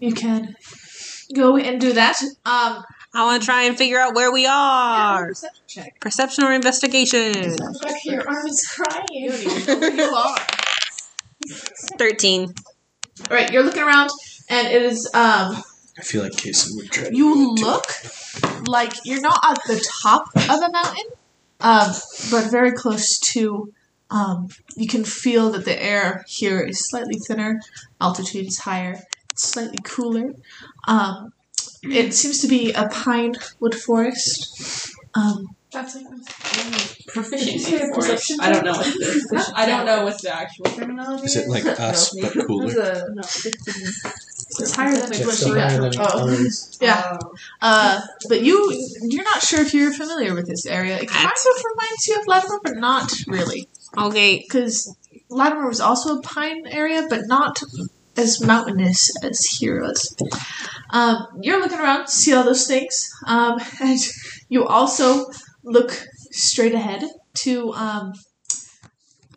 you can go and do that. Um, I want to try and figure out where we are. perception check. Perception or investigation? Back here, Armin's crying. You don't even know who you are. 13. All right, you're looking around, and it is um. I feel like Casey would try. to You do it, too. look like you're not at the top of a mountain, um, but very close to. Um, you can feel that the air here is slightly thinner, altitude is higher, it's slightly cooler. Um, it seems to be a pine wood forest. Um, That's like Proficiency Did you say for it. perception I don't know. check? I don't know what's the actual terminology. Is it like No, us me. but cooler? No, 15. it's higher than It's it just was. so higher Yeah. than it Oh. was. yeah. Um, Uh, but you, you're not sure if you're familiar with this area. It kind of reminds you of Latimer, but not really. Okay. because Latimer was also a pine area, but not as mountainous as here was. Um, you're looking around to see all those things, um, and you also look straight ahead to um,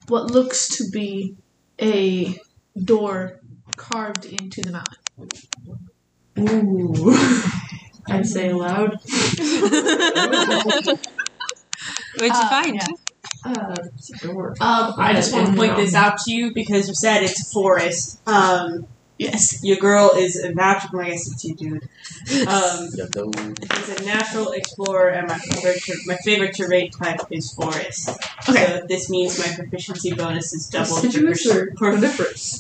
what looks to be a door carved into the mountain. Ooh. I say loud. What'd you Uh, find? yeah. Uh, it's a door. um, I just want to point this out to you because you said it's a forest. Um, Yes. your girl is a natural. I guess it's you, dude. Um, Yeah, though. It's a natural explorer, and my favorite ter- my favorite terrain type is forest. Okay. So this means my proficiency bonus is double Deciduous or for, coniferous?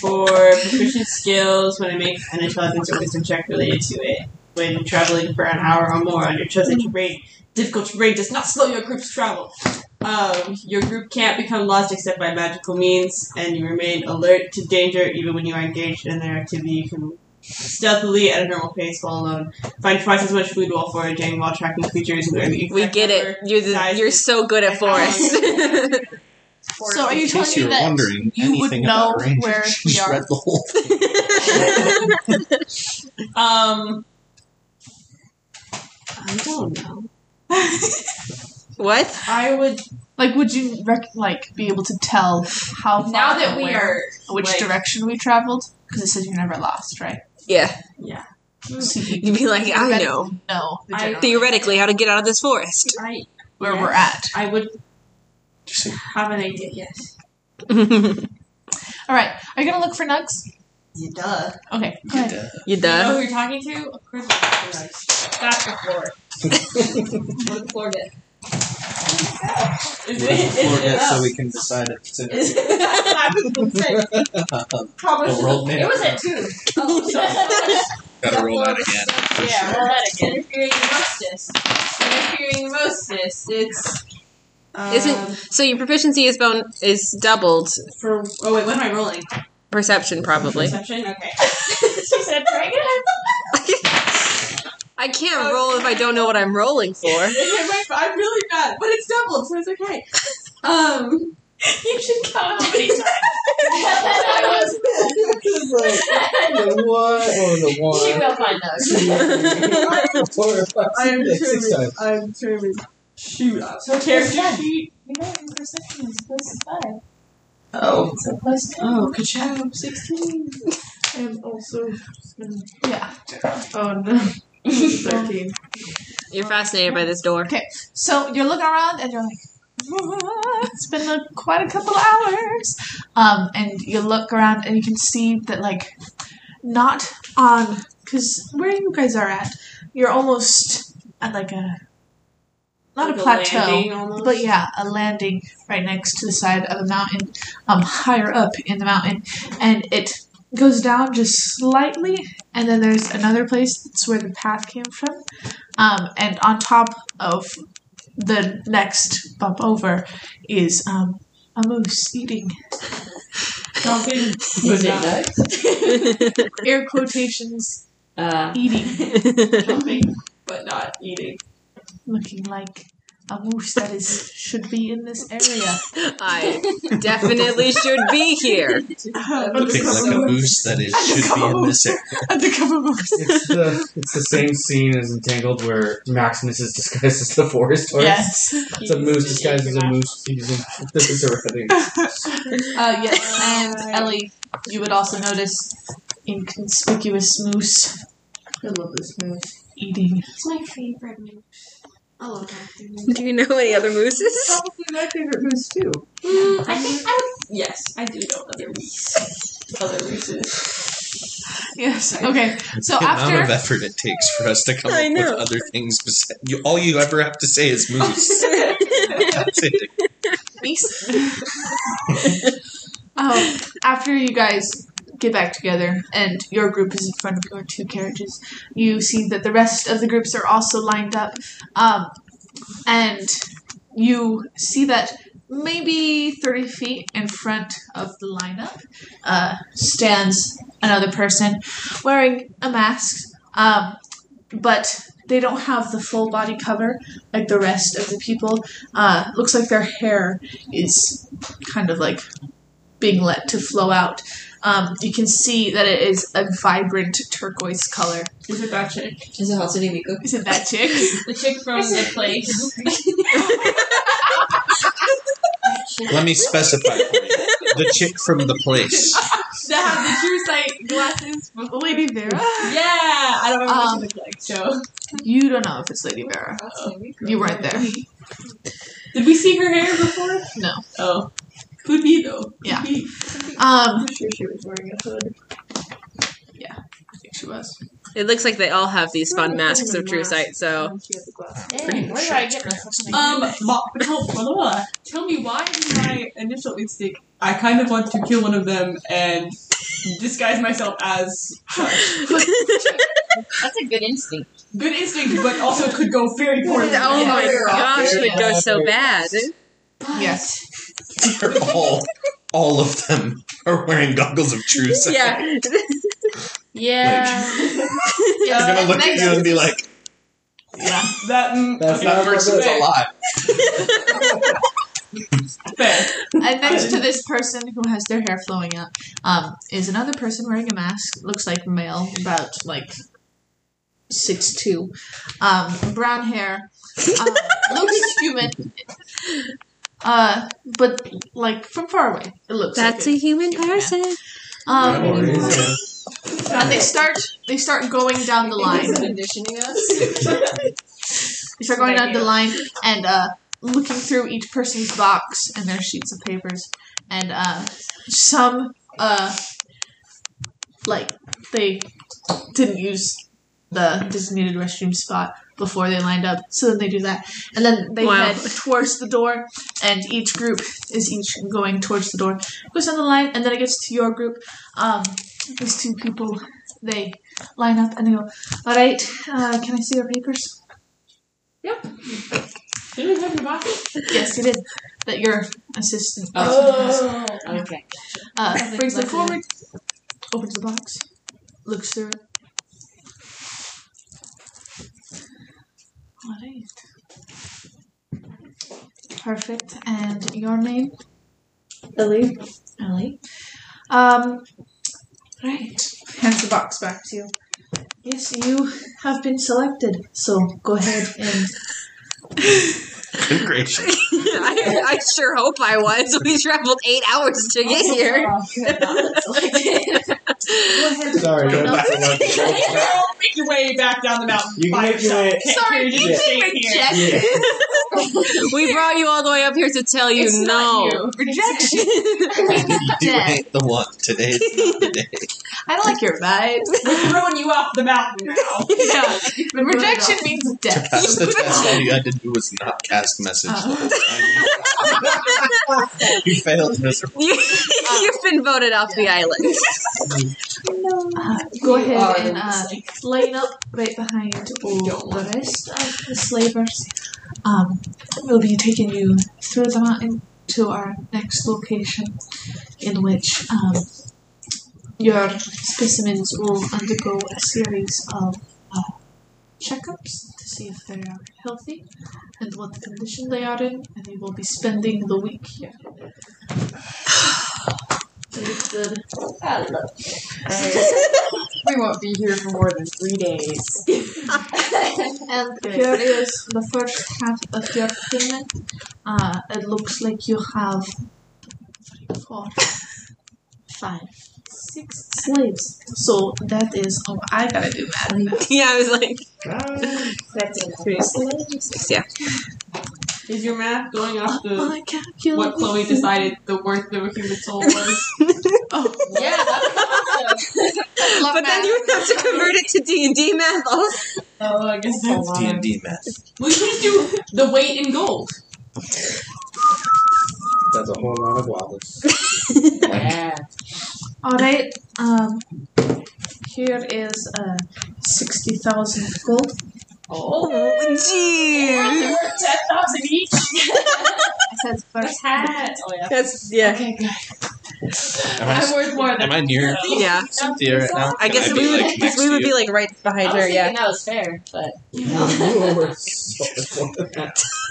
for proficient skills when I make an intelligence or wisdom check related to it. When traveling for an hour or more on your chosen terrain, difficult terrain does not slow your group's travel. Um, your group can't become lost except by magical means, and you remain alert to danger even when you are engaged in their activity. You can stealthily at a normal pace while alone. Find twice as much food while foraging while tracking creatures and learning. We exact get it. number, You're, the, size, you're so good at forest. So are you In case telling me were that wondering you would anything about know Rangers, where she's we are? read the whole thing. Um, I don't know. what? I would Like, would you rec- like be able to tell how far Now that and we where- are which like- direction we traveled? Because it says you never lost, right? Yeah. Yeah. So you Mm-hmm. You'd be like, I know. know the I- general- Theoretically, how to get out of this forest. I where we're at. I would Just like, have an idea, yes. you All right, are you gonna look for nugs? You duh. Okay, go yeah, ahead. duh. You know done? who you're talking to? Of course it's That's the floor. what did the floor get? Is We're gonna it, is record it it so up? we can decide if it's in Is it- I was gonna say. How much The is world made It up. was at two. Oh, so- Gotta roll that again. for yeah, sure. roll that again. Interfering Mostis. Interfering Mostis. It's. Um, Isn't- So your proficiency is bone is doubled for oh wait, what am I rolling? perception probably. Perception. Okay. she said, "Dragon." I can't roll if I don't know what I'm rolling for. I'm really bad, but it's doubled, so it's okay. Um, You should count how many times. I the one or the was- she will find those. I'm determined. I'm determined. Shoot. I'm So character sheet. You know, in perception is plus five. Oh. It's a plus ten. Oh, ka-chow, 16. And also, Yeah. oh no, thirteen. You're fascinated by this door. So you're looking around and you're like, "Ah, it's been a, quite a couple hours. Um, and you look around and you can see that like, not on because where you guys are at, you're almost at like a not a plateau. But yeah, a landing right next to the side of a mountain, um, higher up in the mountain, and it goes down just slightly, and then there's another place that's where the path came from, um, and on top of the next bump over is um, a moose eating Something. Was it nice? air quotations Uh, eating, Jumping, but not eating. looking like a moose that is should be in this area. I definitely should be here. Looking like a moose that is should be in this area. Undercover moose. It's the it's the same scene as Entangled where Maximus is disguised as the forest horse. Yes. It's a moose disguised as a moose using the surroundings. Uh, yes, and Ellie, you would also notice inconspicuous moose I love this move. eating. It's my favorite move. I Oh, love that move. Do you know any other mooses? Probably my favorite moose too. I think I would. Yes, I do know other moose. Other mooses. Yes. Okay. So the amount of after effort it takes for us to come I up know. with other things. bes- You, all you ever have to say is moose. That's it. um, after you guys get back together and your group is in front of your two carriages, you see that the rest of the groups are also lined up, um, and you see that maybe thirty feet in front of the lineup uh, stands another person wearing a mask, um, but. They don't have the full body cover like the rest of the people. Uh, looks like their hair is kind of like being let to flow out. Um, you can see that it is a vibrant turquoise color. Is it that chick? Is it Hatsune Miku? Isn't that chick? The chick from the place. Let me specify for you. The chick from the place. That have the true sight glasses. Lady Vera? Yeah, I don't remember Um, what she looked like. So You don't know if it's Lady Vera. Oh, You weren't there. did we see her hair before? No. Oh, could be though. Could Yeah. be. Um, sure she was wearing a hood. I think she was. It looks like they all have these fun masks of true sight, so. She had the glasses. Dang, where do I get this? Um, Ma- no, blah, blah, blah. tell me why is my initial instinct? I kind of want to kill one of them and disguise myself as uh, That's a good instinct. good instinct, but also could go very poorly. Oh my gosh, it goes so bad. Yes. They're all, all of them are wearing goggles of true sight. Yeah. Yeah. They're yes. gonna look at next- you and be like, That, mm, That's okay, "That not person's fair, alive." fair. and next to this person who has their hair flowing out um, is another person wearing a mask. Looks like male, about like six two, um, brown hair. Uh, looks human, uh, but like from far away, it looks. That's a like human person. a, um, Or is it? and they start they start going down the line. conditioning us? You start going down the line and uh, looking through each person's box and their sheets of papers, and uh, some uh, like they didn't use the designated restroom spot before they lined up, so then they do that, and then they Wow. head towards the door, and each group is each going towards the door, goes down the line, and then it gets to your group. Um, these two people, they line up and they go, "All right, uh, can I see your papers?" Did we have your boxes? Yes, you did. That your assistant Oh. Okay. uh, brings them forward, opens the box, looks through it. All right. Perfect. And your name? Ellie? Ellie. Um, right. Hands the box back to you. Yes, you have been selected, so go ahead and Good gracious. I, I sure hope I was. We traveled eight hours to get here. go ahead. Sorry, Line up. Goodbye. Make your way back down the mountain. You by can make your yourself. way- Can't- Sorry, you you just can stay here. reject Yeah. We brought you all the way up here to tell you It's no. not you. rejection. you ain't the one. Today is not the day. I don't like your vibe. We're throwing you off the mountain now. yeah. Rejection means To death. pass the test, all you had to do was not cast message Uh, Uh-huh. the whole time. you failed miserably. You, have been voted off the island. Uh, go You ahead are and the uh, mistake. line up right behind all don't the rest of the slavers. Um, we'll be taking you through the mountain to our next location, in which um, your specimens will undergo a series of uh, checkups to see if they are healthy and what condition they are in, and they will be spending the week here. Understood. we won't be here for more than three days. And here is the first half of your payment. Uh, it looks like you have three, four, five, six, slaves. So that is oh I gotta do that. Yeah, I was like, Ah, That's Three. yeah. Is your math going off the My calculator. what Chloe decided the worth of a human soul was? Yeah, that's Love But then math. you would have to convert it to D and D math. Also, oh, I guess that's D and D math. We should do the weight in gold. that's a whole lot of wobbles. yeah. All right. Um, here is uh, sixty thousand gold. Oh, jeez. ten thousand each. That's first. Hat. Oh yeah. That's yeah, Okay, good. Am I, I'm worth more than am I near yeah. Cynthia right now? I guess Can we be, would like, next we to would you? be like right Oh, behind her. Yeah. that was fair, but you You know. are so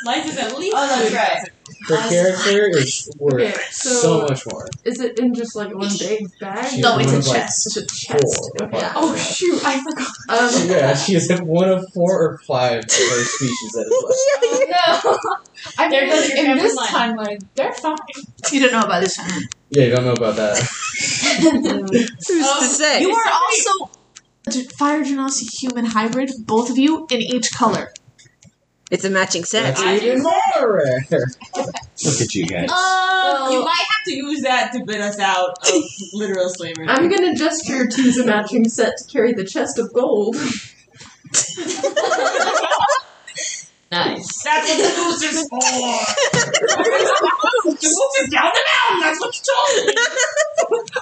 Life is at least. Oh, that's right. Her character is worth Okay, so, so- much more. is it in just like one big bag? She No, it's is a one of, like, chest. It's a chest. Four. Okay. Oh shoot! I forgot. Um, yeah, she is at one of four or five of her species that is left. no. I There mean, goes your in family this line. timeline, they're fine. You don't know about this one. Yeah, you don't know about that. Who's Oh, to say? You are also a d- fire genasi human hybrid, both of you in each color. It's a matching set. That's even more rare. Look at you guys. Uh, you So- might have to use that to bid us out of literal slavery. I'm gonna gesture to use a matching set to carry the chest of gold. nice. That's what the boost is for. the boost is down the mountain. That's what you told me.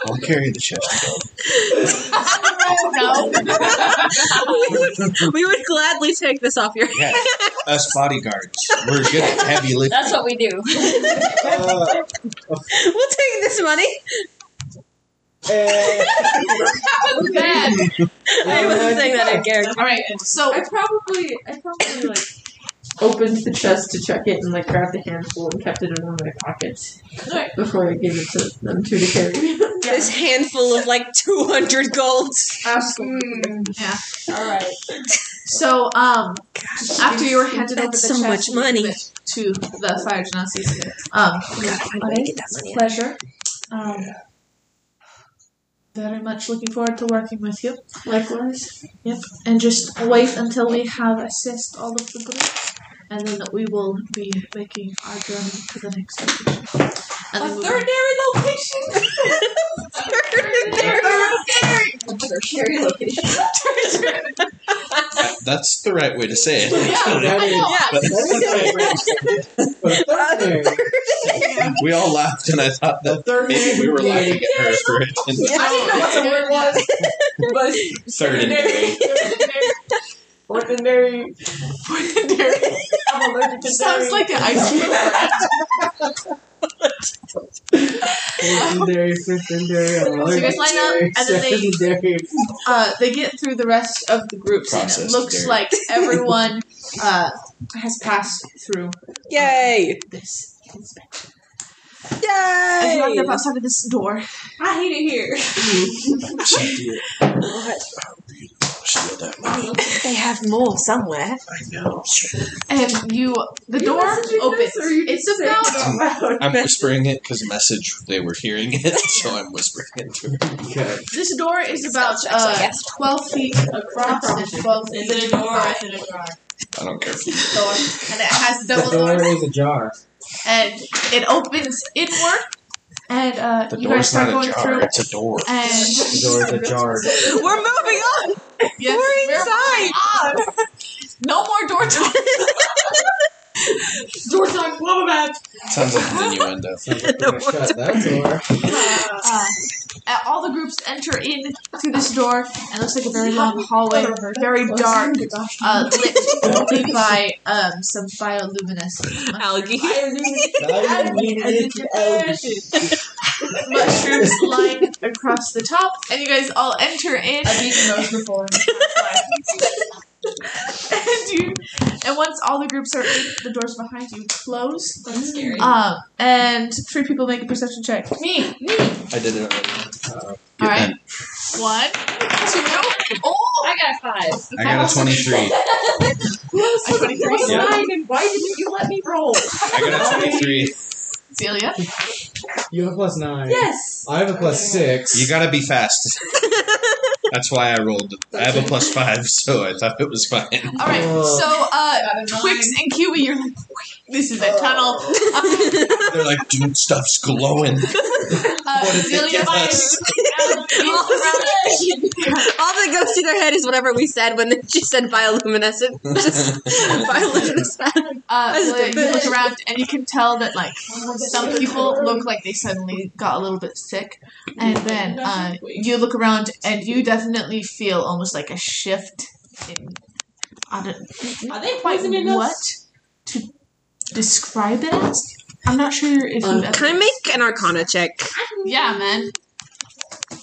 I'll carry the chest. No. we, would, we would gladly take this off your. Yeah, us bodyguards. We're good at heavy lifting. That's what we do. Uh, We'll take this money. eh, I wasn't saying that in character. All right. So I probably, I probably like opened the chest to check it and like grabbed a handful and kept it in one of my pockets before I gave it to them two to carry. This handful of like 200 golds. Absolutely. All right. so um after you were handed over the That's so much chest and money. given to the fire genasi, um, I gotta get that money. pleasure. Um, very much looking forward to working with you. Likewise. And just wait until we have assessed all of the groups, and then we will be making our journey to the next location. And then we A will- third location. Tertiary location. That- That's the right way to say it. that is- Yeah. But- we all laughed, and I thought that maybe we were laughing at her for it. And I didn't know what the word was, but started Ordinary. Ordinary. Ordinary. I'm allergic to Sounds like an ice cream. Legendary, secondary, you guys line up, legendary, and then they- secondary. Uh, they get through the rest of the groups, and Processed it looks dairy. like everyone uh, has passed through Yay! this inspection. As you round Yay! up outside of this door, I hate it here. Cynthia, I really want to steal that money. They have more somewhere. I know. and you the door opens. It's about I'm whispering it because message they were hearing it, so I'm whispering it to her. Okay. This door is about Sounds like uh, yes. 12 feet across and 12 Is feet it a door or wide. is it a jar? I don't care. If door, and it has The double door doors, is ajar. and it opens inward, and uh, the you guys door's start not a going jar; through, it's a door. and The door is ajar. We're moving on! yes, We're inside! no more door talk. Door talk, love map. Sounds like an innuendo. Sounds like we're gonna shut that door. Uh, uh, all the groups enter in through this door, and it looks like a very long hallway, very dark, uh, lit only by um, some bioluminescent Algae. mushrooms lined across the top, and you guys all enter in. I've eaten those before. and you, and once all the groups are in, the doors behind you close. That's scary. Um, and three people make a perception check. me, me. I did it. already. All Good right. night. One, two, oh, I got five. I got a 23. I got a three. Yeah. Nine, and why didn't you let me roll? I got a 23. Celia. You have plus nine. Yes. I have a plus six. You gotta be fast. That's why I rolled. I have a plus five, so I thought it was fine. All right, Oh. so uh, Twix. Twix and Kiwi, you're like, wait, this is a tunnel. They're like, dude, stuff's glowing. Uh, What did they Zelia give finds- us? All that goes through their head is whatever we said when they- she said bioluminescent. Just bioluminescent. Uh, That's Zelia, you the- look around and you can tell that like some people look like they suddenly got a little bit sick, and then uh, you look around and you definitely feel almost like a shift in. I don't, Are they quite poisoning what us? to describe it as. I'm not sure if you. Uh, Can I make an arcana check? Yeah, man.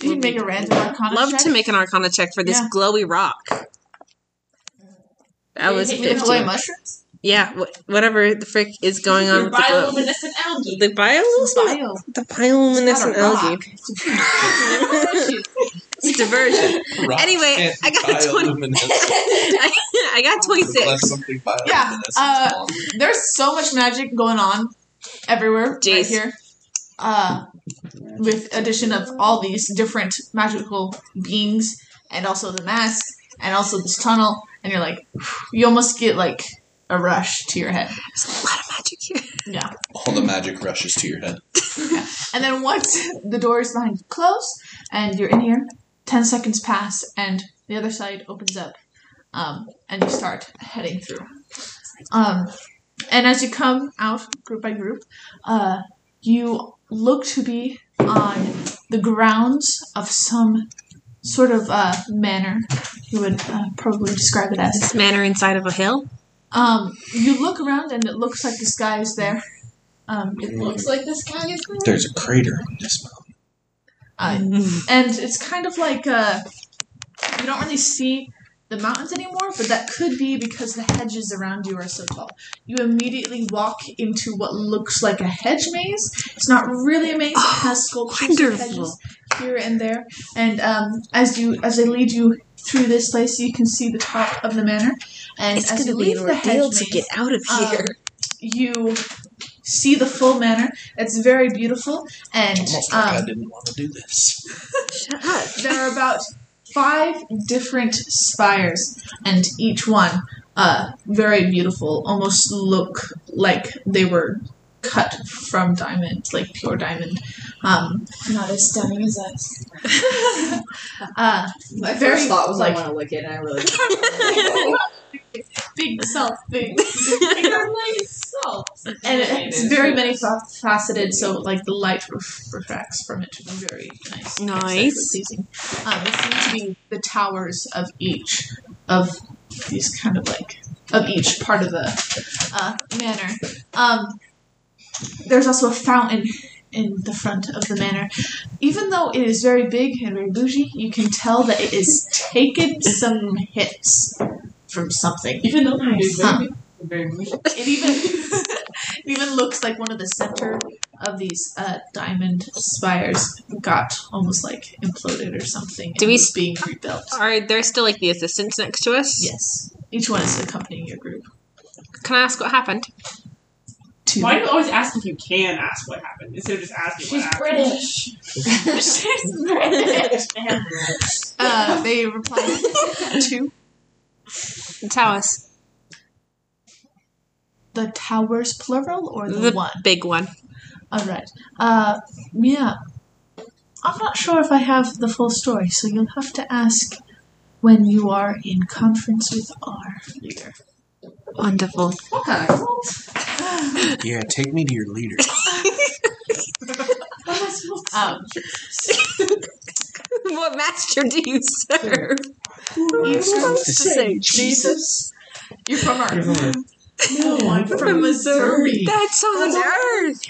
You can make a random arcana Love check. to make an arcana check for this Yeah. glowy rock. That was With With Hawaii 15. mushrooms. Yeah, wh- whatever the frick is going on Your with the glow. bioluminescent algae. The bioluminescent, Bio. the bioluminescent It's not a rock. algae. It's a diversion. Rocks Anyway, can't I got be 20. bioluminescent I, I got 26. unless something bioluminescent's Yeah, uh, on. There's so much magic going on everywhere right Jeez. here. Uh, with addition of all these different magical beings, and also the mask, and also this tunnel, and you're like, you almost get like a rush to your head. There's a lot of magic here. Yeah. All the magic rushes to your head. And then once the doors behind you close and you're in here, 10 seconds pass and the other side opens up um, and you start heading through. Um, and as you come out group by group, uh, you look to be on the grounds of some sort of uh, manor, you would uh, probably describe it as. This manor inside of a hill. Um, you look around and it looks like the sky is there. Um, It looks like this guy is there. There's a crater on this mountain. uh, and it's kind of like uh, you don't really see the mountains anymore, but that could be because the hedges around you are so tall. You immediately walk into what looks like a hedge maze. It's not really a maze; it has sculptures of Ah, wonderful. hedges here and there. And um, as you as they lead you through this place, you can see the top of the manor. And It's as going you to be Uh, leave an the hedge ordeal maze, to get out of um, here. you see the full manor. It's very beautiful, and Almost like I um, didn't want to do this. Shut up. there are about five different spires, and each one uh, very beautiful, almost look like they were cut from diamond, like pure diamond. Um, Not as stunning as us. uh, My first Very, thought was like- I want to lick it, and I really. big self, big It's and it's very many fa- faceted, so like the light ref- refracts from it. Very nice. Nice. Pleasing. Um, it seems to be the towers of each of these kind of like of each part of the uh, manor. Um, there's also a fountain in the front of the manor. Even though it is very big and very bougie, you can tell that it is taken some hits from something. Even though they're Huh. very, very bougie. It even it even looks like one of the center of these uh, diamond spires got almost like imploded or something. Do and we was s- being rebuilt? Are there still like the assistants next to us? Yes, each one is accompanying your group. Can I ask what happened? Two. Why do you always ask if you can ask what happened instead of just asking She's what happened? British. She's British. uh, they reply two. Tell us. The towers, plural, or the, The one? big one. All right. Uh, yeah. I'm not sure if I have the full story, so you'll have to ask when you are in conference with our leader. Wonderful. What kind of cult? Yeah, take me to your leader. Um, what master do you serve? Jesus. You're from Earth. No, I'm From, Missouri. That's on earth.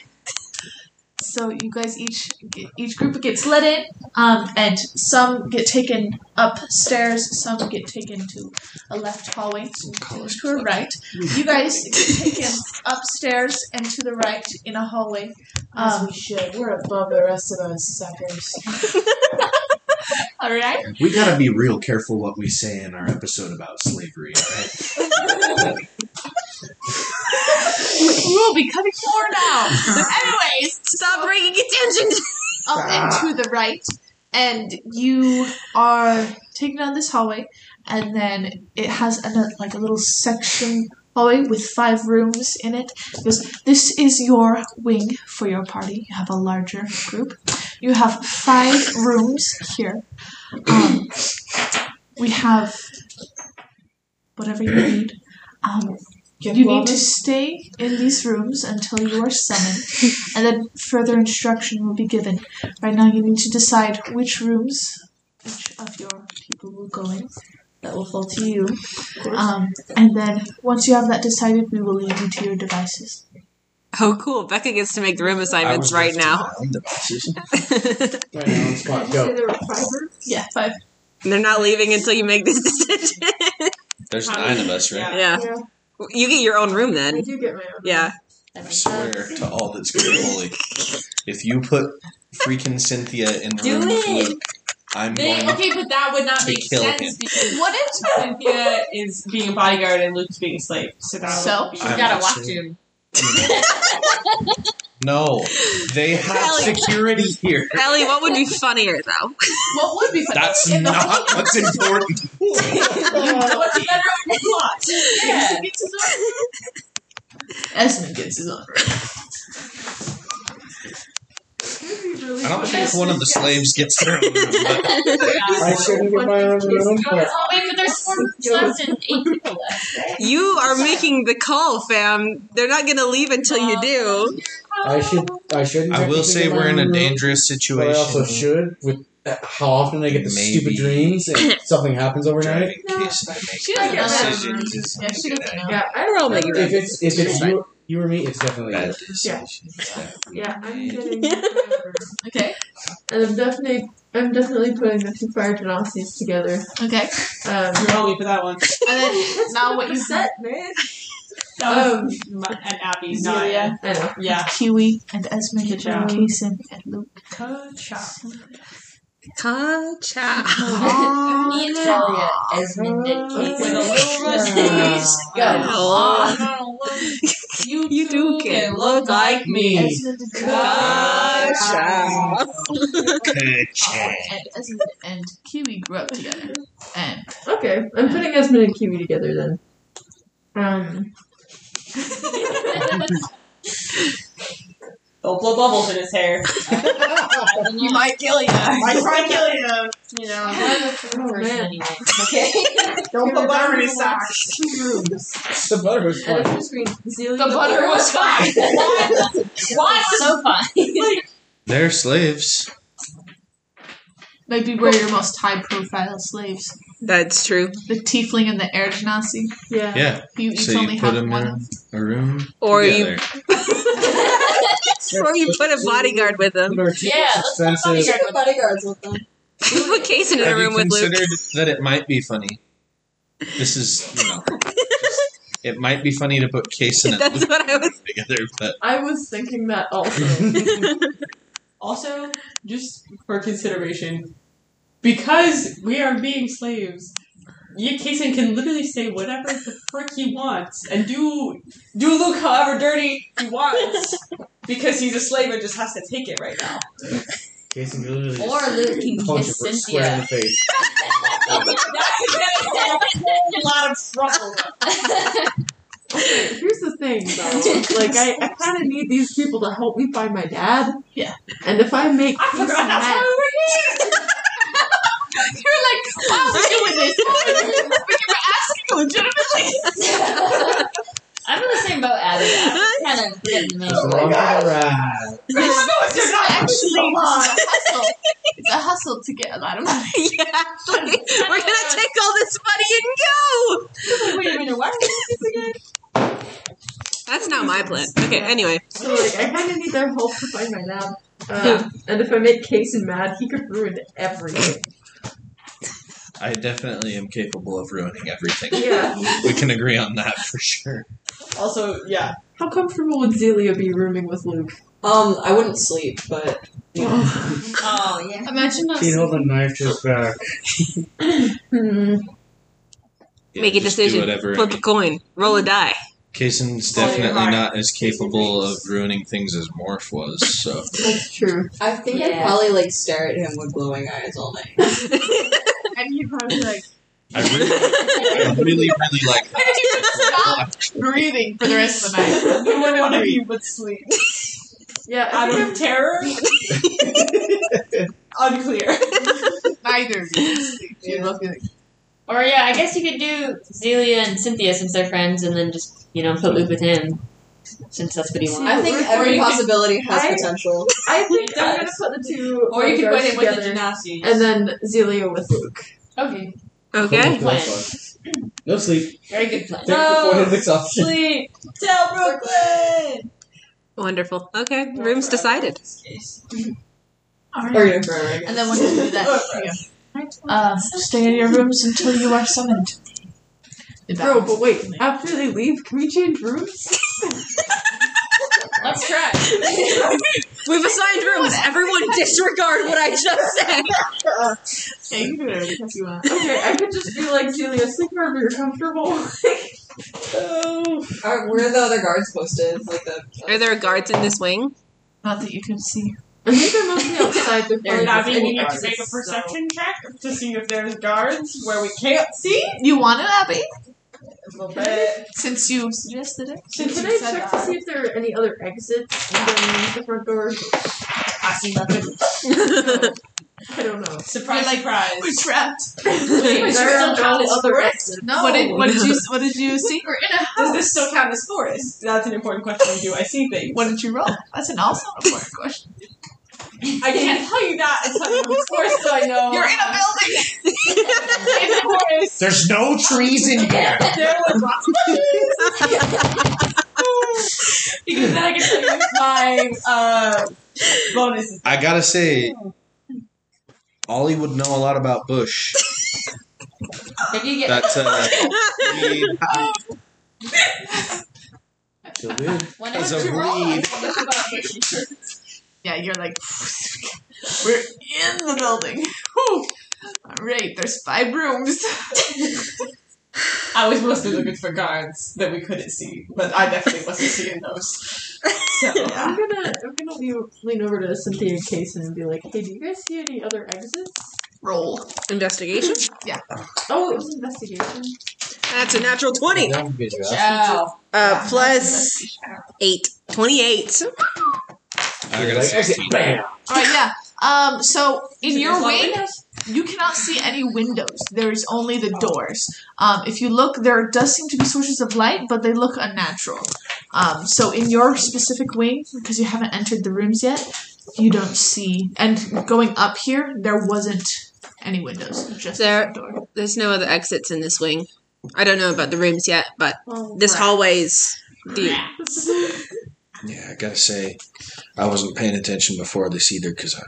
So you guys each each group gets let in, um, and some get taken upstairs, some get taken to a left hallway, some go to a right. You guys get taken upstairs and to the right in a hallway. As Um, we should. We're above the rest of those suckers. all right. We gotta be real careful what we say in our episode about slavery, alright? We'll be cutting more now. Anyways, Stop Oh, bringing attention. up and to the right, and you are taken down this hallway, and then it has a, like a little section hallway with five rooms in it. It goes, this is your wing for your party. You have a larger group. You have five rooms here. Um, we have whatever you need. Um, you need to stay in these rooms until you are summoned, and then further instruction will be given. Right now, you need to decide which rooms each of your people will go in. That will fall to you. Um, and then, once you have that decided, we will lead you to your devices. Oh, cool. Becca gets to make the room assignments right now. Right now, on spot. Go. there were five rooms? Yeah, five. They're not leaving until you make this decision. There's nine of us, right? yeah. Yeah. You get your own room I then. do get my own. Yeah. I swear to all that's good and holy. If you put freaking Cynthia in the Do room with it. Luke, I'm They, going okay, but that would not to make kill sense him. because What if Cynthia is being a bodyguard and Luke's being a slave. So that So? would be I'm gotta not watch saying- him. No, they have Ellie. security here. Ellie, what would be funnier though? what would be fun? That's If the not what's important. What's the better way to watch? Yeah. Esmond gets his own. I don't think one of the slaves gets their own room, but I shouldn't get my own room. But Oh, Wait, but there's four rooms left and eight people left. You are making the call, fam. They're not gonna leave until you Uh, do. I should. I shouldn't. I will say technically we're get in a my own room, dangerous But I also situation. should with uh, how often I get the stupid Maybe. dreams and something happens overnight. Driving case I make She a doesn't know. decision that. is Yeah, she doesn't know. Yeah, I We're all making If rooms. it's if it's you, you or me, it's a definitely bad you. decision. Yeah, I'm getting my own room. Okay. And I'm definitely I'm definitely putting the two fire genocides together. Okay. Um, You're only for that one. And then now what you have? man. That was Um, my, and Abby's not. Celia. I know. Yeah. Kiwi and Esmond and Good job. Kason and Luke. Ka-cha. Me and Talia, Esmond, and Kate. With a little rusty. Oh. You, You do can can look like me. Esmond and Ka-cha. and Esmond and Kiwi grew up together. And Okay, I'm putting Esmond and Kiwi E together then. Um, Don't blow bubbles in his hair. You might kill you. I try killing him. You know. oh man, Okay. Don't put butter in his socks. The butter was and fine. I'm just green. Zelia, The butter was fine. Why was so fine? They're slaves. maybe we're your most high profile slaves. That's true. The tiefling and the air genasi. Yeah. Yeah. You each So you only put have them one of in a room. Or together. you or you put a bodyguard with them. Butter too Yeah, let's put expensive. bodyguard- bodyguards with them. Put Kason in a Have you room with Luke. considered that it might be funny? This is, you know, just- it might be funny to put Case and That's Luke what I was together, but I was thinking that also. Also, just for consideration, because we are being slaves, you Kason can literally say whatever the frick he wants and do do Luke however dirty he wants. Because he's a slave and just has to take it right now. Jason could literally Or just Luke can punch kiss her square in Cynthia. the face. A lot of trouble. Here's the thing, though. Like, I, I kind of need these people to help me find my dad. Yeah. And if I make I peace forgot that's why we doing this. I'm in the same boat, Abby. I'm kind of getting in the Just middle. along for the ride. It's, it's actually it's a hustle. It's a hustle to get a lot of money. Yeah, like, we're gonna take all this money and go. Wait a minute, why are we That's not my plan. Okay, anyway, So like, I kind of need their help to find my dad. Uh, and if I make Kason mad, he could ruin everything. I definitely am capable of ruining everything. Yeah. We can agree on that for sure. did. Also, yeah. How comfortable would Zelia be rooming with Luke? Um, I wouldn't sleep, but Oh, yeah. Imagine us. She'd hold a knife to his back. Hmm. Yeah, Make a just do decision. Whatever. flip a coin, roll a die. Kasen's Follow your definitely heart. not as capable of ruining things as Morph was, so That's true. I think I'd Yeah. probably like stare at him with glowing eyes all night. and he'd probably be like, I really, I really, really like that. Stop breathing for the rest of the night. Neither one of you would sleep. yeah, I Out think of terror? Unclear. Neither of you would sleep. You'd both be like, Or yeah, I guess you could do Zelia and Cynthia since they're friends, and then just you know put Luke with him since that's what he wants. I think Or every you could- possibility has I- potential. I'm going He to does. put the two Or you could put bodyguards it with the together, Genasi. and then Zelia with Luke. Okay. Okay. No sleep. Very good plan. Take the point of exhaustion. Sleep. Tell Brooklyn. Wonderful. Okay. Room's decided. Alright. And And then once you do that, you go, uh, stay in your rooms until you are summoned. Bro, but wait, after they leave, can we change rooms? Let's try. We've assigned rooms. Everyone disregard what I just said. Yeah, you can do whatever the fuck you want. okay, I could just be like Zelia, sleep wherever you're comfortable. Oh. Are, where are the other guards posted? Like the Are there guards in this wing? Not that you can see. I think they're mostly outside the Or area. not being you need to make a perception check to see if there's guards where we can't see. You want it, Abby? A little bit. Since you suggested it. So Since can you I said check to that. see if there are any other exits than the front door? I see nothing. I don't know. Surprise, You're like, surprise. We're trapped. There Wait, are still count as no other forest? exits. No. What did what did you what did you see? We're in a house. Does this still count as forest? That's an important question. Do I see things? What did you roll? That's an also important question. I can't tell you that until you it's forest, so I know. You're in a building. in the forest. There's no trees in here. There was lots of trees. because then I can still use my uh, bonuses. I gotta say, Ollie would know a lot about bush. If you get That's uh, weed. So good. one As of a weed. Yeah, you're like we're in the building. Whew. All right, there's five rooms. I was mostly looking for guards that we couldn't see, but I definitely wasn't seeing those. So, I'm gonna I'm gonna lean, lean over to Cynthia and Kason and be like, hey, do you guys see any other exits? Roll. Investigation. Oh, it was investigation. That's a natural 20. Now we get your ass. Ciao. Uh, plus 8. 28. I gotta Like, say, exit, bam. All right, yeah. Um, so in There's your a lot of wing, windows. you cannot see any windows. There is only the doors. Um, if you look, there does seem to be sources of light, but they look unnatural. Um, so in your specific wing, because you haven't entered the rooms yet, you don't see. And going up here, there wasn't any windows. Just the There- front door. There's no other exits in this wing. I don't know about the rooms yet, but Oh, this hallway's deep. yeah, I gotta say, I wasn't paying attention before this either because I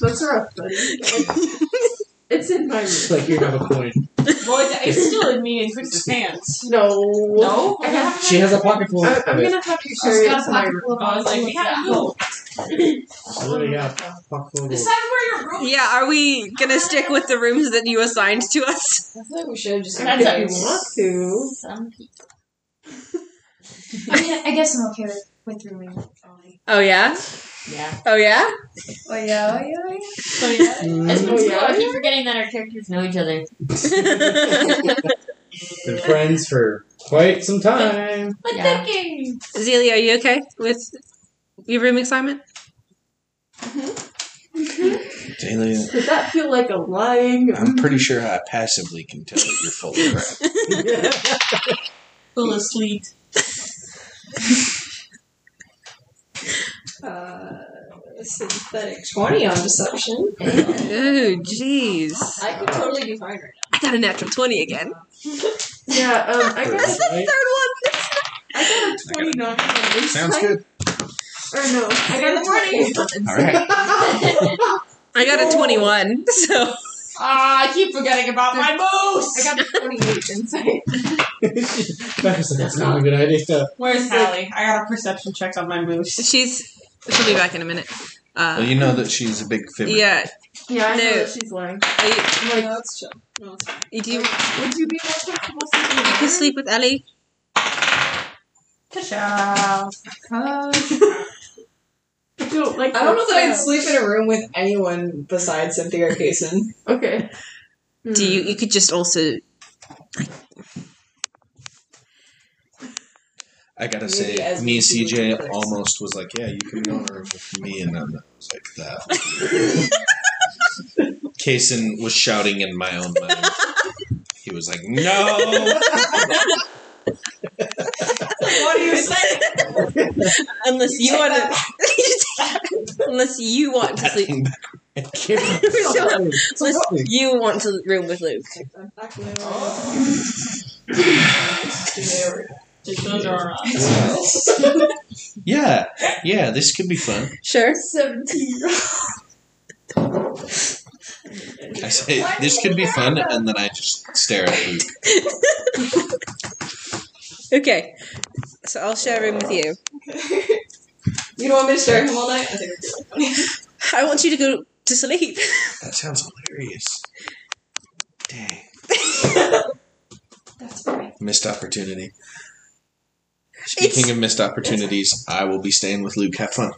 That's rough, buddy. it's in my room. Like you have a coin. Well, it's, it's still in me and Twix's hands. No. No? I have, She has a pocket full I, I'm of it. gonna have you carry it got to a my pocket room. full of I was like, we have to move. She literally got a pocket full of gold. Decide where your room Yeah, are we gonna stick with the rooms that you assigned to us? I feel like we should have just That's if a- you want to. some people. I, mean, I guess I'm okay with, with rooming with Ollie. Oh yeah? Yeah. Oh yeah? Oh yeah, oh yeah, So yeah. That's Oh, what's cool. I yeah? keep forgetting that our characters know each other. Been friends for quite some time. But Yeah. thinking. Zelia, are you okay with your room assignment? Daily, Did that feel like a lying? I'm pretty sure I passively can tell that you're full of crap. Full of sleep. uh, synthetic twenty on deception. Oh jeez. I could totally be fine right now. I got a natural 20 again. Yeah, um, I That's got, the third one. I got a 20 knocked on this Sounds side. good. Or no, I got a 20. All right. I got a 21, so. Ah, I keep forgetting about my I moose. got a 28 inside. Becca's like, that's not a good idea. So, Where's Hallie? I got a perception check on my moose. She's. She'll be back in a minute. Well, Uh, you know that she's a big favorite. yeah. Yeah, I No. know that she's lying. Are you, Like, no, it's chill. No, it's fine. you do you, Would you be more comfortable sleeping you can here? sleep with Ellie? Ciao. don't like. I don't know that I'd sleep in a room with anyone besides Cynthia or Kason. Okay. Do you? You could just also. I gotta Maybe say, as me we and see each CJ other. almost was like, "Yeah, you can be on a room with me," and then I was like, "That." Kason was shouting in my own mind. He was like, "No." What do you say? Unless you take want to. Unless you want to sleep. Shut up. Unless you want to room with Luke. Just those are our options. yeah, yeah, this could be fun. Sure. I say, "This could be fun," and then I just stare at Luke. Okay. So I'll share a room with you. You don't want me to stare at him all night? I think I want you to go to sleep. That sounds hilarious. Dang, That's right. missed opportunity. Speaking It's- of missed opportunities, I will be staying with Luke. Have fun.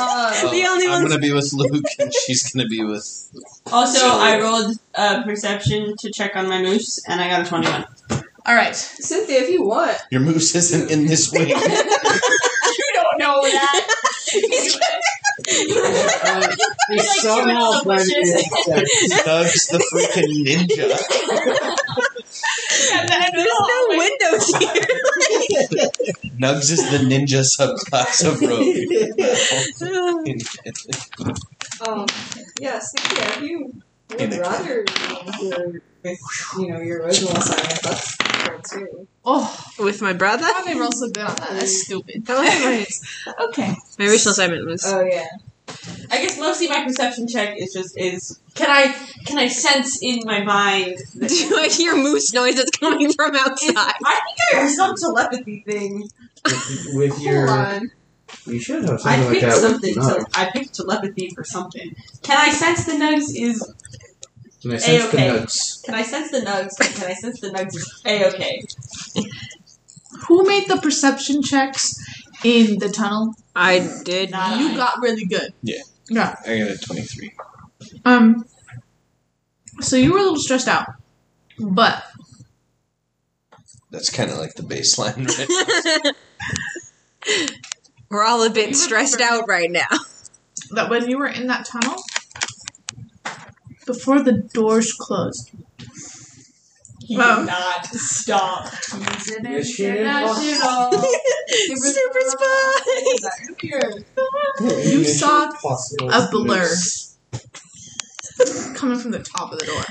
Uh, the only I'm ones. gonna be with Luke, and she's gonna be with. Also, I rolled uh, perception to check on my moose, and I got a 21. All right. Cynthia, if you want. Your moose isn't in this wing. Uh, they somehow blend in. Doug's the freaking ninja. There's no Oh windows here. Nugs is the ninja subclass of rogue. Um, yeah, Cynthia, if you In would a- rather your, with, you know, your original assignment, that's fine too. Oh, With my brother? how they roll so good on that? That's stupid. That was my, Okay. my original assignment was. Oh, yeah. I guess mostly my perception check is just is can I can I sense in my mind that do I hear moose noises coming from Is- outside? I think I have some telepathy thing. With, with Hold your, on. you should have something I like picked that. something. No. Te- I picked telepathy for something. Can I sense the nugs is? And I sense the A-okay. nugs. Can I sense the nugs? Can I sense the nugs is a okay? Who made the perception checks in the tunnel? I did. Not you I. got really good. Yeah. Yeah. I got a 23. Um. So you were a little stressed out, but That's kind of like the baseline, right? We're all a bit stressed out right now. that when you were in that tunnel, before the doors closed, He Um. did not stop. Yes, she is. Super spy! you saw Possible. a blur coming from the top of the door.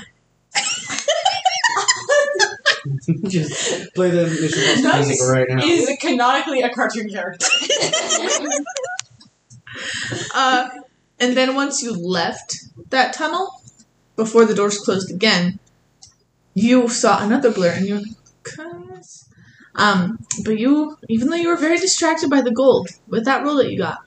Just play the Mission Impossible Nugs music right now. Is canonically a cartoon character. Uh, and then once you left that tunnel, before the doors closed again, you saw another blur, and you're like, "Cuz." um, but you, even though you were very distracted by the gold with that roll that you got,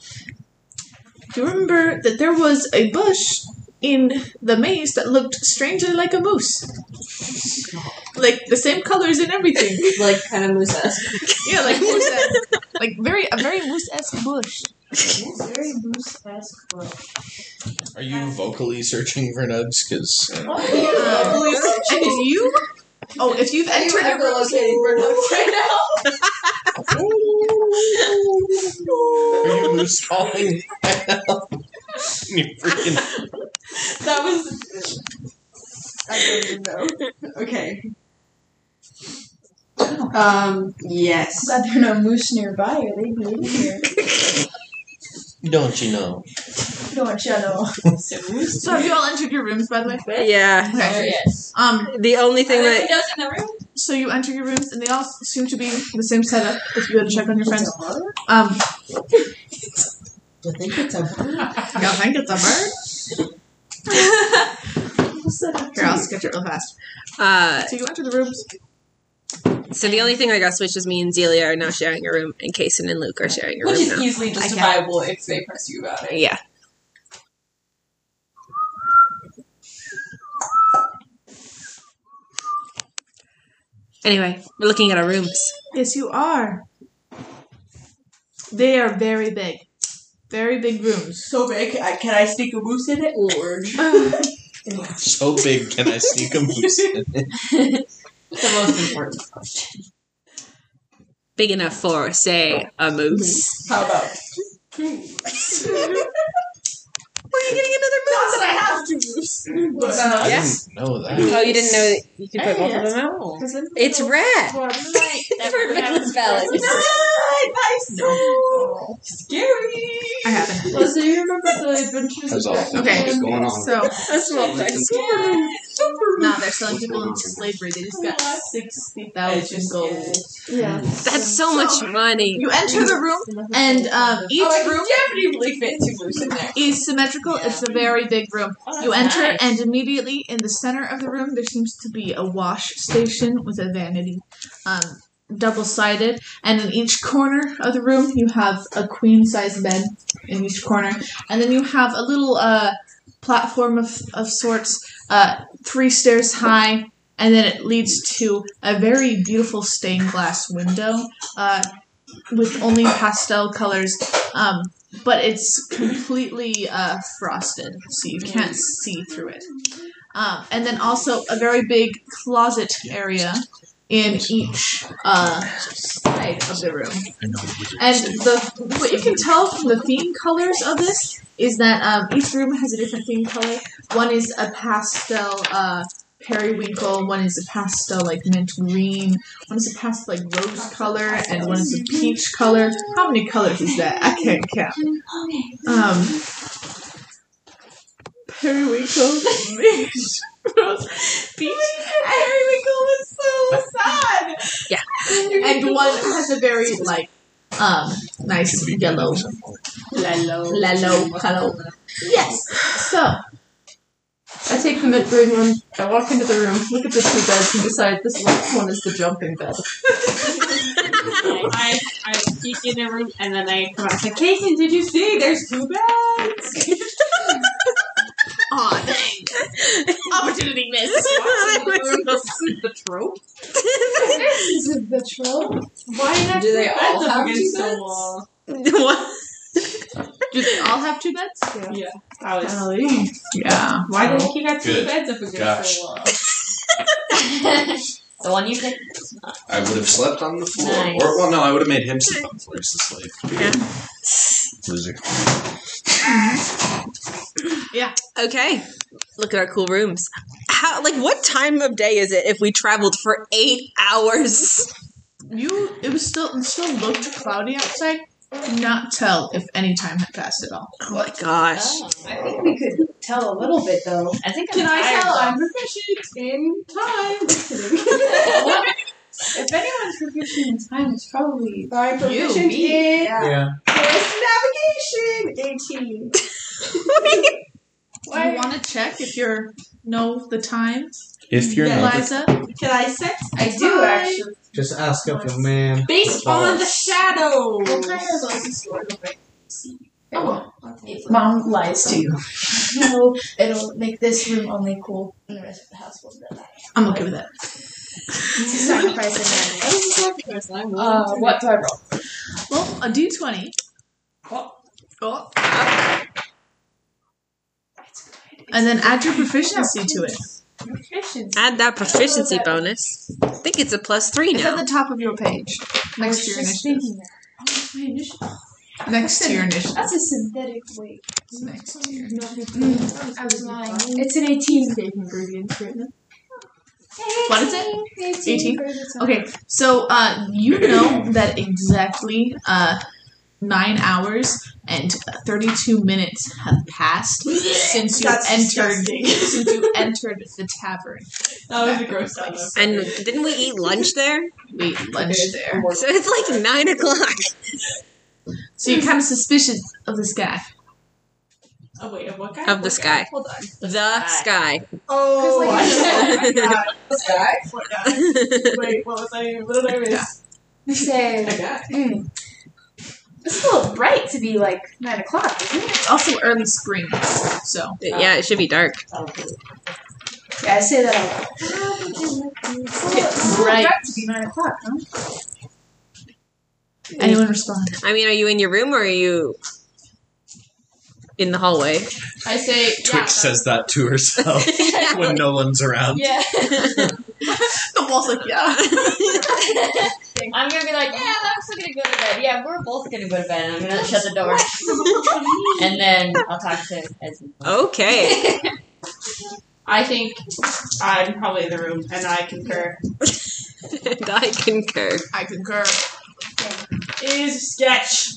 you remember that there was a bush in the maze that looked strangely like a moose, like the same colors and everything. Like, kind of moose Yeah, like moose-esque. like very a very moose-esque bush. Very moose-esque book. Are you vocally searching for nugs? Because Uh, and if you, oh, if you've Are you entered a room, echolocating for nugs right are now? you moose calling? you freaking That was. I don't even know. Okay. Um. Yes. Glad there are no moose nearby, or they'd be in here. don't you know? Don't you know? so have you all entered your rooms, by the way? Yeah. Okay. yes. Um, The only thing that. in the room. so you enter your rooms, and they all seem to be the same setup. If you go to check on your friends, um, I think it's a you think it's a bird? Here, I'll sketch it real fast. Uh, So you enter the rooms. so the only thing I got switched is me and Zelia are now sharing a room, and Kason and Luke are sharing a Which room is now. easily justifiable if they press you about it. Yeah. Anyway, we're looking at our rooms. Yes, you are. They are very big. Very big rooms. So big, I, can I sneak a moose in it? Lord. So big, can I sneak a moose in it? the most important question. Big enough for, say, a moose. How about? Where are you getting another moose? Not that I have to moose. But, I Yeah. didn't know that. Oh, you didn't know that you could put both of them out? It's red. Perfectly valid. my soul. Scary. I haven't. Well, so you remember the adventures That's of awesome. Okay. What's going on? So That's what I was No, they're selling people into slavery. They just got 60,000 gold. yeah, That's so much money. You enter the room, and um, Oh, each room definitely fit two moose in there. is symmetrical. It's a very big room. You enter, and immediately in the center of the room, there seems to be a wash station with a vanity, um, double sided. And in each corner of the room, you have a queen size bed in each corner. And then you have a little uh, platform of, of sorts, uh, three stairs high. And then it leads to a very beautiful stained glass window uh, with only pastel colors. Um, but it's completely uh, frosted, so you can't see through it. Um, and then also a very big closet area in each uh, side of the room. And the what you can tell from the theme colors of this is that um, each room has a different theme color. One is a pastel uh, periwinkle, one is a pastel like mint green, one is a pastel like rose color, and one is a peach color. How many colors is that? I can't count. Um, periwinkle, mint, rose, peach, periwinkle is so sad. Yeah. and one has a very like um nice yellow Lalo. yellow color. Yes. So I take the mid grade one. I walk into the room, look at the two beds, and decide this last one is the jumping bed. I, I peek in the room and then I come out. It's like, Casey, did you see? There's two beds. on opportunity miss. the trope. This is the troll. Why not? Do they all beds up have against two the beds? wall? What? Do they all have two beds? Oh, I was- Yeah. Why did he got two Good beds up against gosh. Oh, the wall? the one you picked. I would have slept on the floor. Nice. Or, well, no, I would have made him sleep on the floor. He's a slave. Loser. Okay. Look at our cool rooms. How like what time of day is it if we traveled for eight hours? You. It was still. It still looked cloudy outside. Could Not tell if any time had passed at all. Oh my gosh. I think we could tell a little bit though. I think I'm Can I tired. tell though. I'm proficient in time? If anyone's proficient in time, it's probably I'm proficient me. in Yeah. horse navigation. Eighteen. Do you want to check if you're know the time, If you're not. Eliza? Can I set? I do actually. Just ask up your man. Based on the shadow. What kind of lies Oh. Mom lies to you. No, it'll make this room only cool, and the rest of the house will die. I'm okay with that. Sacrifice I'm a man. Uh, what do I roll? Well, a d20. Oh. And then add your proficiency to it. Proficient. Add that proficiency bonus. I think it's a plus three It's at now. the top of your page. I Next was to your just initiative. thinking that. Oh, my initiative. Next to your initiative. That's a synthetic weight. Next Mm-hmm. to your Mm, I was lying. It's an 18. Take ingredients right now. What is it? 18. 18? for the time. Okay, so uh, you know that exactly uh, nine hours and thirty-two minutes have passed since you That's entered disgusting. since you entered the tavern. That was a gross sound. And didn't we eat lunch there? We ate lunch there, So it's like nine o'clock. so you're kind of suspicious of this guy. Oh wait, of what guy? Of the sky. Hold on. The sky. Oh, Cause, like, I said, you oh my God, This guy. what guy? Wait, what was I even? What did I miss? You say, A guy. mm, it's a little bright to be like 9 o'clock, isn't it? It's also early spring, so Oh, yeah, it should be dark. Yeah, I say that out loud. Well, Right. got to be nine o'clock, huh? Anyone respond? I mean, are you in your room or are you in the hallway? I say, Twitch says that to herself when no one's around. yeah. The wall's like, yeah. I'm gonna be like, yeah, I'm also gonna go to bed. Yeah, we're both gonna go to bed. And I'm gonna shut the door, and then I'll talk to Esme. Okay. I think I'm probably in the room, and I concur. and I concur. I concur. It is a sketch.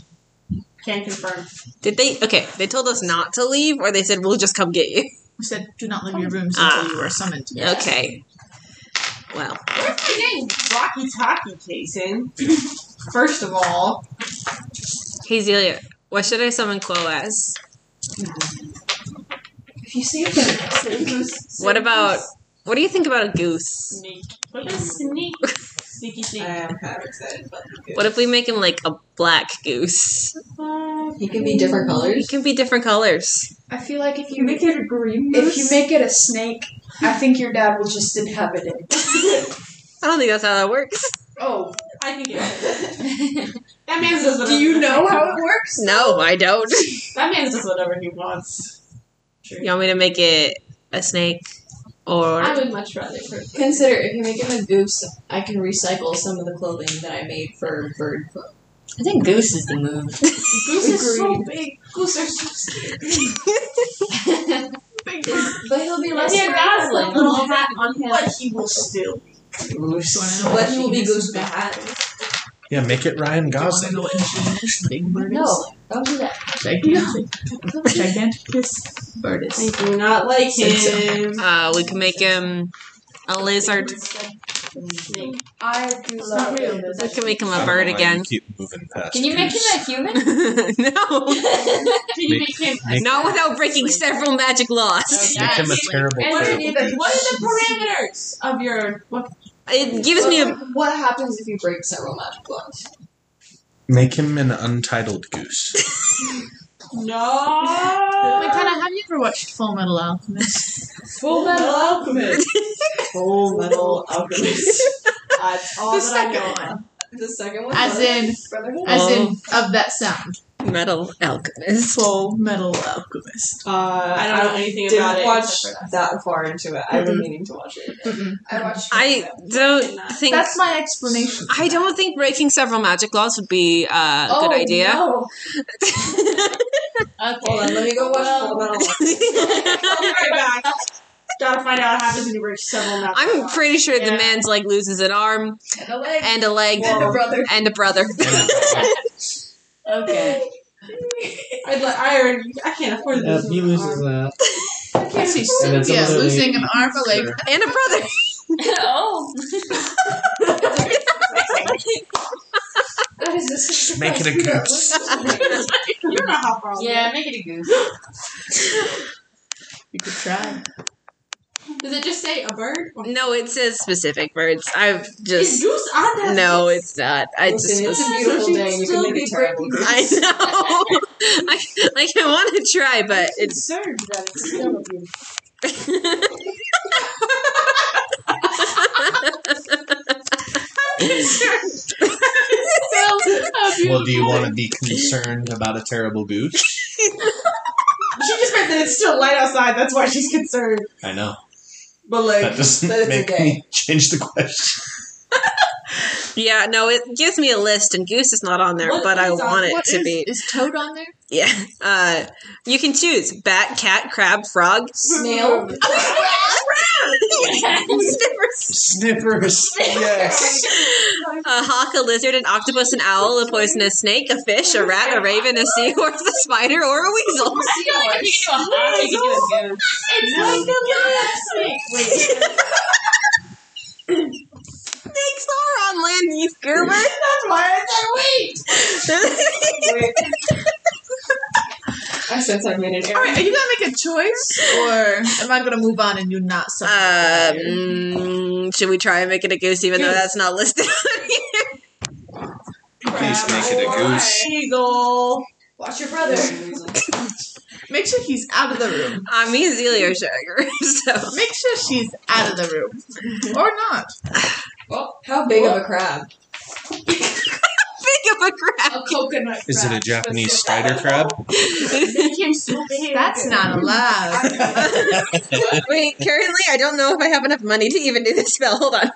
Can confirm. Did they? Okay, they told us not to leave, or they said we'll just come get you. We said, do not leave your rooms Ah. until you are summoned. Okay. Well, Where's my dang walkie talkie case in? First of all, hey Zelia, what should I summon Quo as? If you saved him, What about? What do you think about a goose? sneak. What is sneak? Sneaky sneak. I'm kind of excited about the What if we make him like a black goose? Uh, goose. He can be different It colors. can be different colors. I feel like if you You make it a green if you moose? make it a snake, I think your dad will just inhabit it. I don't think that's how that works. Oh, I think it That man says whatever. do you know how it works? No, I don't. That man says whatever he wants. You want me to make it a snake or I would much rather. Her. Consider if you make him a goose, I can recycle some of the clothing that I made for bird. clo- I think Goose is the move. Goose is so big. Goose are so big. But he'll be Maybe a restored. gosling. Little hat on him. But he will still. Goose. But he will be goose with a hat. Yeah, make it Ryan Gosling. Wanna go introduce Big bird No, is? don't do that. Gigantic. Giganticus I birdus. do not like Said so. him. uh, we can make him a lizard. Snake. I do love real. it. We can make him I a don't bird know why you again. Keep moving past. Can you make him a human? no, Can you make him? Make- not without breaking several magic laws. Make him a terrible. And what are, terrible the, what are the parameters of your? What, It gives me a. What happens if you break several magic laws? Make him an untitled goose. Ah. no. Wait, Kana, have you ever watched Full Metal Alchemist? Full Metal Alchemist. Full metal alchemist. That's all The that I second know. of. the second one. As in, Brotherhood. as in of that sound. Metal alchemist. Oh. Full Metal Alchemist. Uh, I don't know anything didn't about it. watch except for that far into it. I've been meaning to watch it. I watched. I don't think. That's my explanation. I don't think breaking several magic laws would be uh, a good idea. No. Hold on, let me go watch Well- Full Metal. Alchemist. that. I'll be right back. Gotta find out what happens when you break several maps. I'm pretty sure the Yeah. man's like loses an arm And a leg. and a leg And a brother. and a brother. Okay. I'd let, I already. I can't afford Yeah, this. he loses that. Actually, And then yeah, someone- losing an arm, a leg. and a brother. oh. That is a surprise. Make it a goose. You don't know how far. I'll go. Yeah, make it a goose. You could try. Does it just say a bird? Or- No, it says specific birds. I've Is just goose on that? no, it's not. I just Listen, was. it's a beautiful So day. and You she'd can make a still be terrible goose. I know. I, like I want to try, but it's absurd that it's still a beautiful. Well, do you want to be concerned about a terrible goose? She just meant that it's still light outside. That's why she's concerned. I know. But like, That doesn't But it's make okay. me change the question. yeah. No, it gives me a list, and goose is not on there, What but I is on- want it What to is- be. Is Toad on there? Yeah. Uh, you can choose bat, cat, crab, frog, Snail. snippers, Snippers. Yes. a hawk, a lizard, an octopus, an owl, a poisonous snake, a fish, a rat, a raven, a seahorse, a spider, or a Oh weasel. Snakes are on land, you Gerber. that's why I said wait. I sense I made an All error. right, are you gonna make a choice, or am I gonna move on and you not something? um, should we try and make it a goose, even though that's not listed? Please make it a goose. Eagle. Watch your brother. Make make sure he's out of the room. Uh, me and Zelia are sharing so. Make sure she's out of the room. Or not. Well, how big of a crab? Big of a crab. A coconut. Is it a Japanese spider crab? Make him so big. That's not allowed. Wait, currently I don't know if I have enough money to even do this spell. Hold on.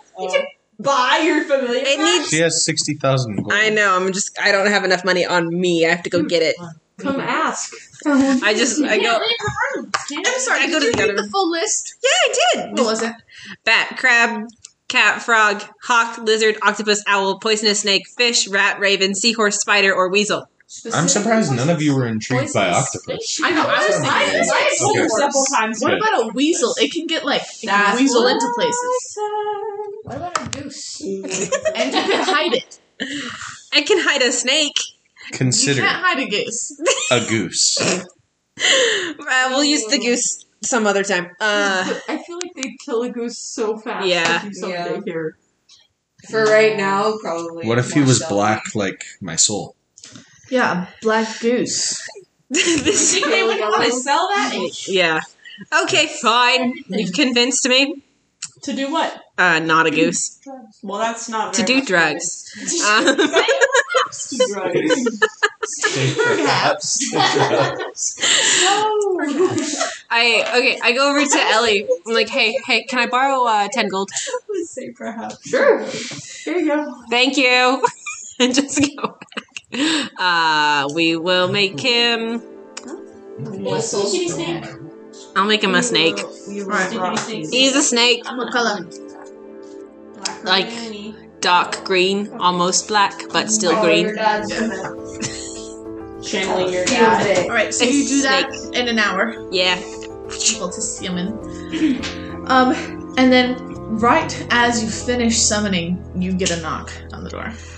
Buy your familiar. It needs. She has 60,000 gold. I know. I'm just. I don't have enough money on me. I have to go get it. Come ask. I just. I go. I'm sorry. I go to did you the other- read the full list? Yeah, I What did. was it? Bat, crab, cat, frog, hawk, lizard, octopus, owl, poisonous snake, fish, rat, raven, seahorse, spider, or weasel. I'm surprised none of you were intrigued by Poisonous octopus. I know. I was Okay. thinking this Okay. is horse. Several times. What about a weasel? It can get like it can That's weasel into places, What about a goose? and you can hide it. I can hide a snake. Consider You can't hide a goose. a goose. Uh, we'll use the goose some other time. Uh, I feel like they kill a goose so fast. Yeah. if you someday Yeah. hear. For right now, probably. What if he more was stealthy. black like my soul? Yeah, a black goose. this- think they would want to sell that? yeah. Okay, fine. You've convinced me. To do what? Uh, not a goose. Well, that's not To very do much drugs. Um, To do drugs. Perhaps. I okay. I go over to Ellie. I'm like, hey, hey, can I borrow uh, ten gold? Say perhaps. Sure. Here you go. Thank you. and just go back. Uh, we will make him. I'll make him a snake. We were Alright. rock things. He's a snake, what color? Black like- Mini. dark green, almost black, but still Oh, green. your dad's- channeling your Yeah. dad. All right, so It's you do that in an hour. Yeah. Well, to summon. Um, and then right as you finish summoning, you get a knock on the door.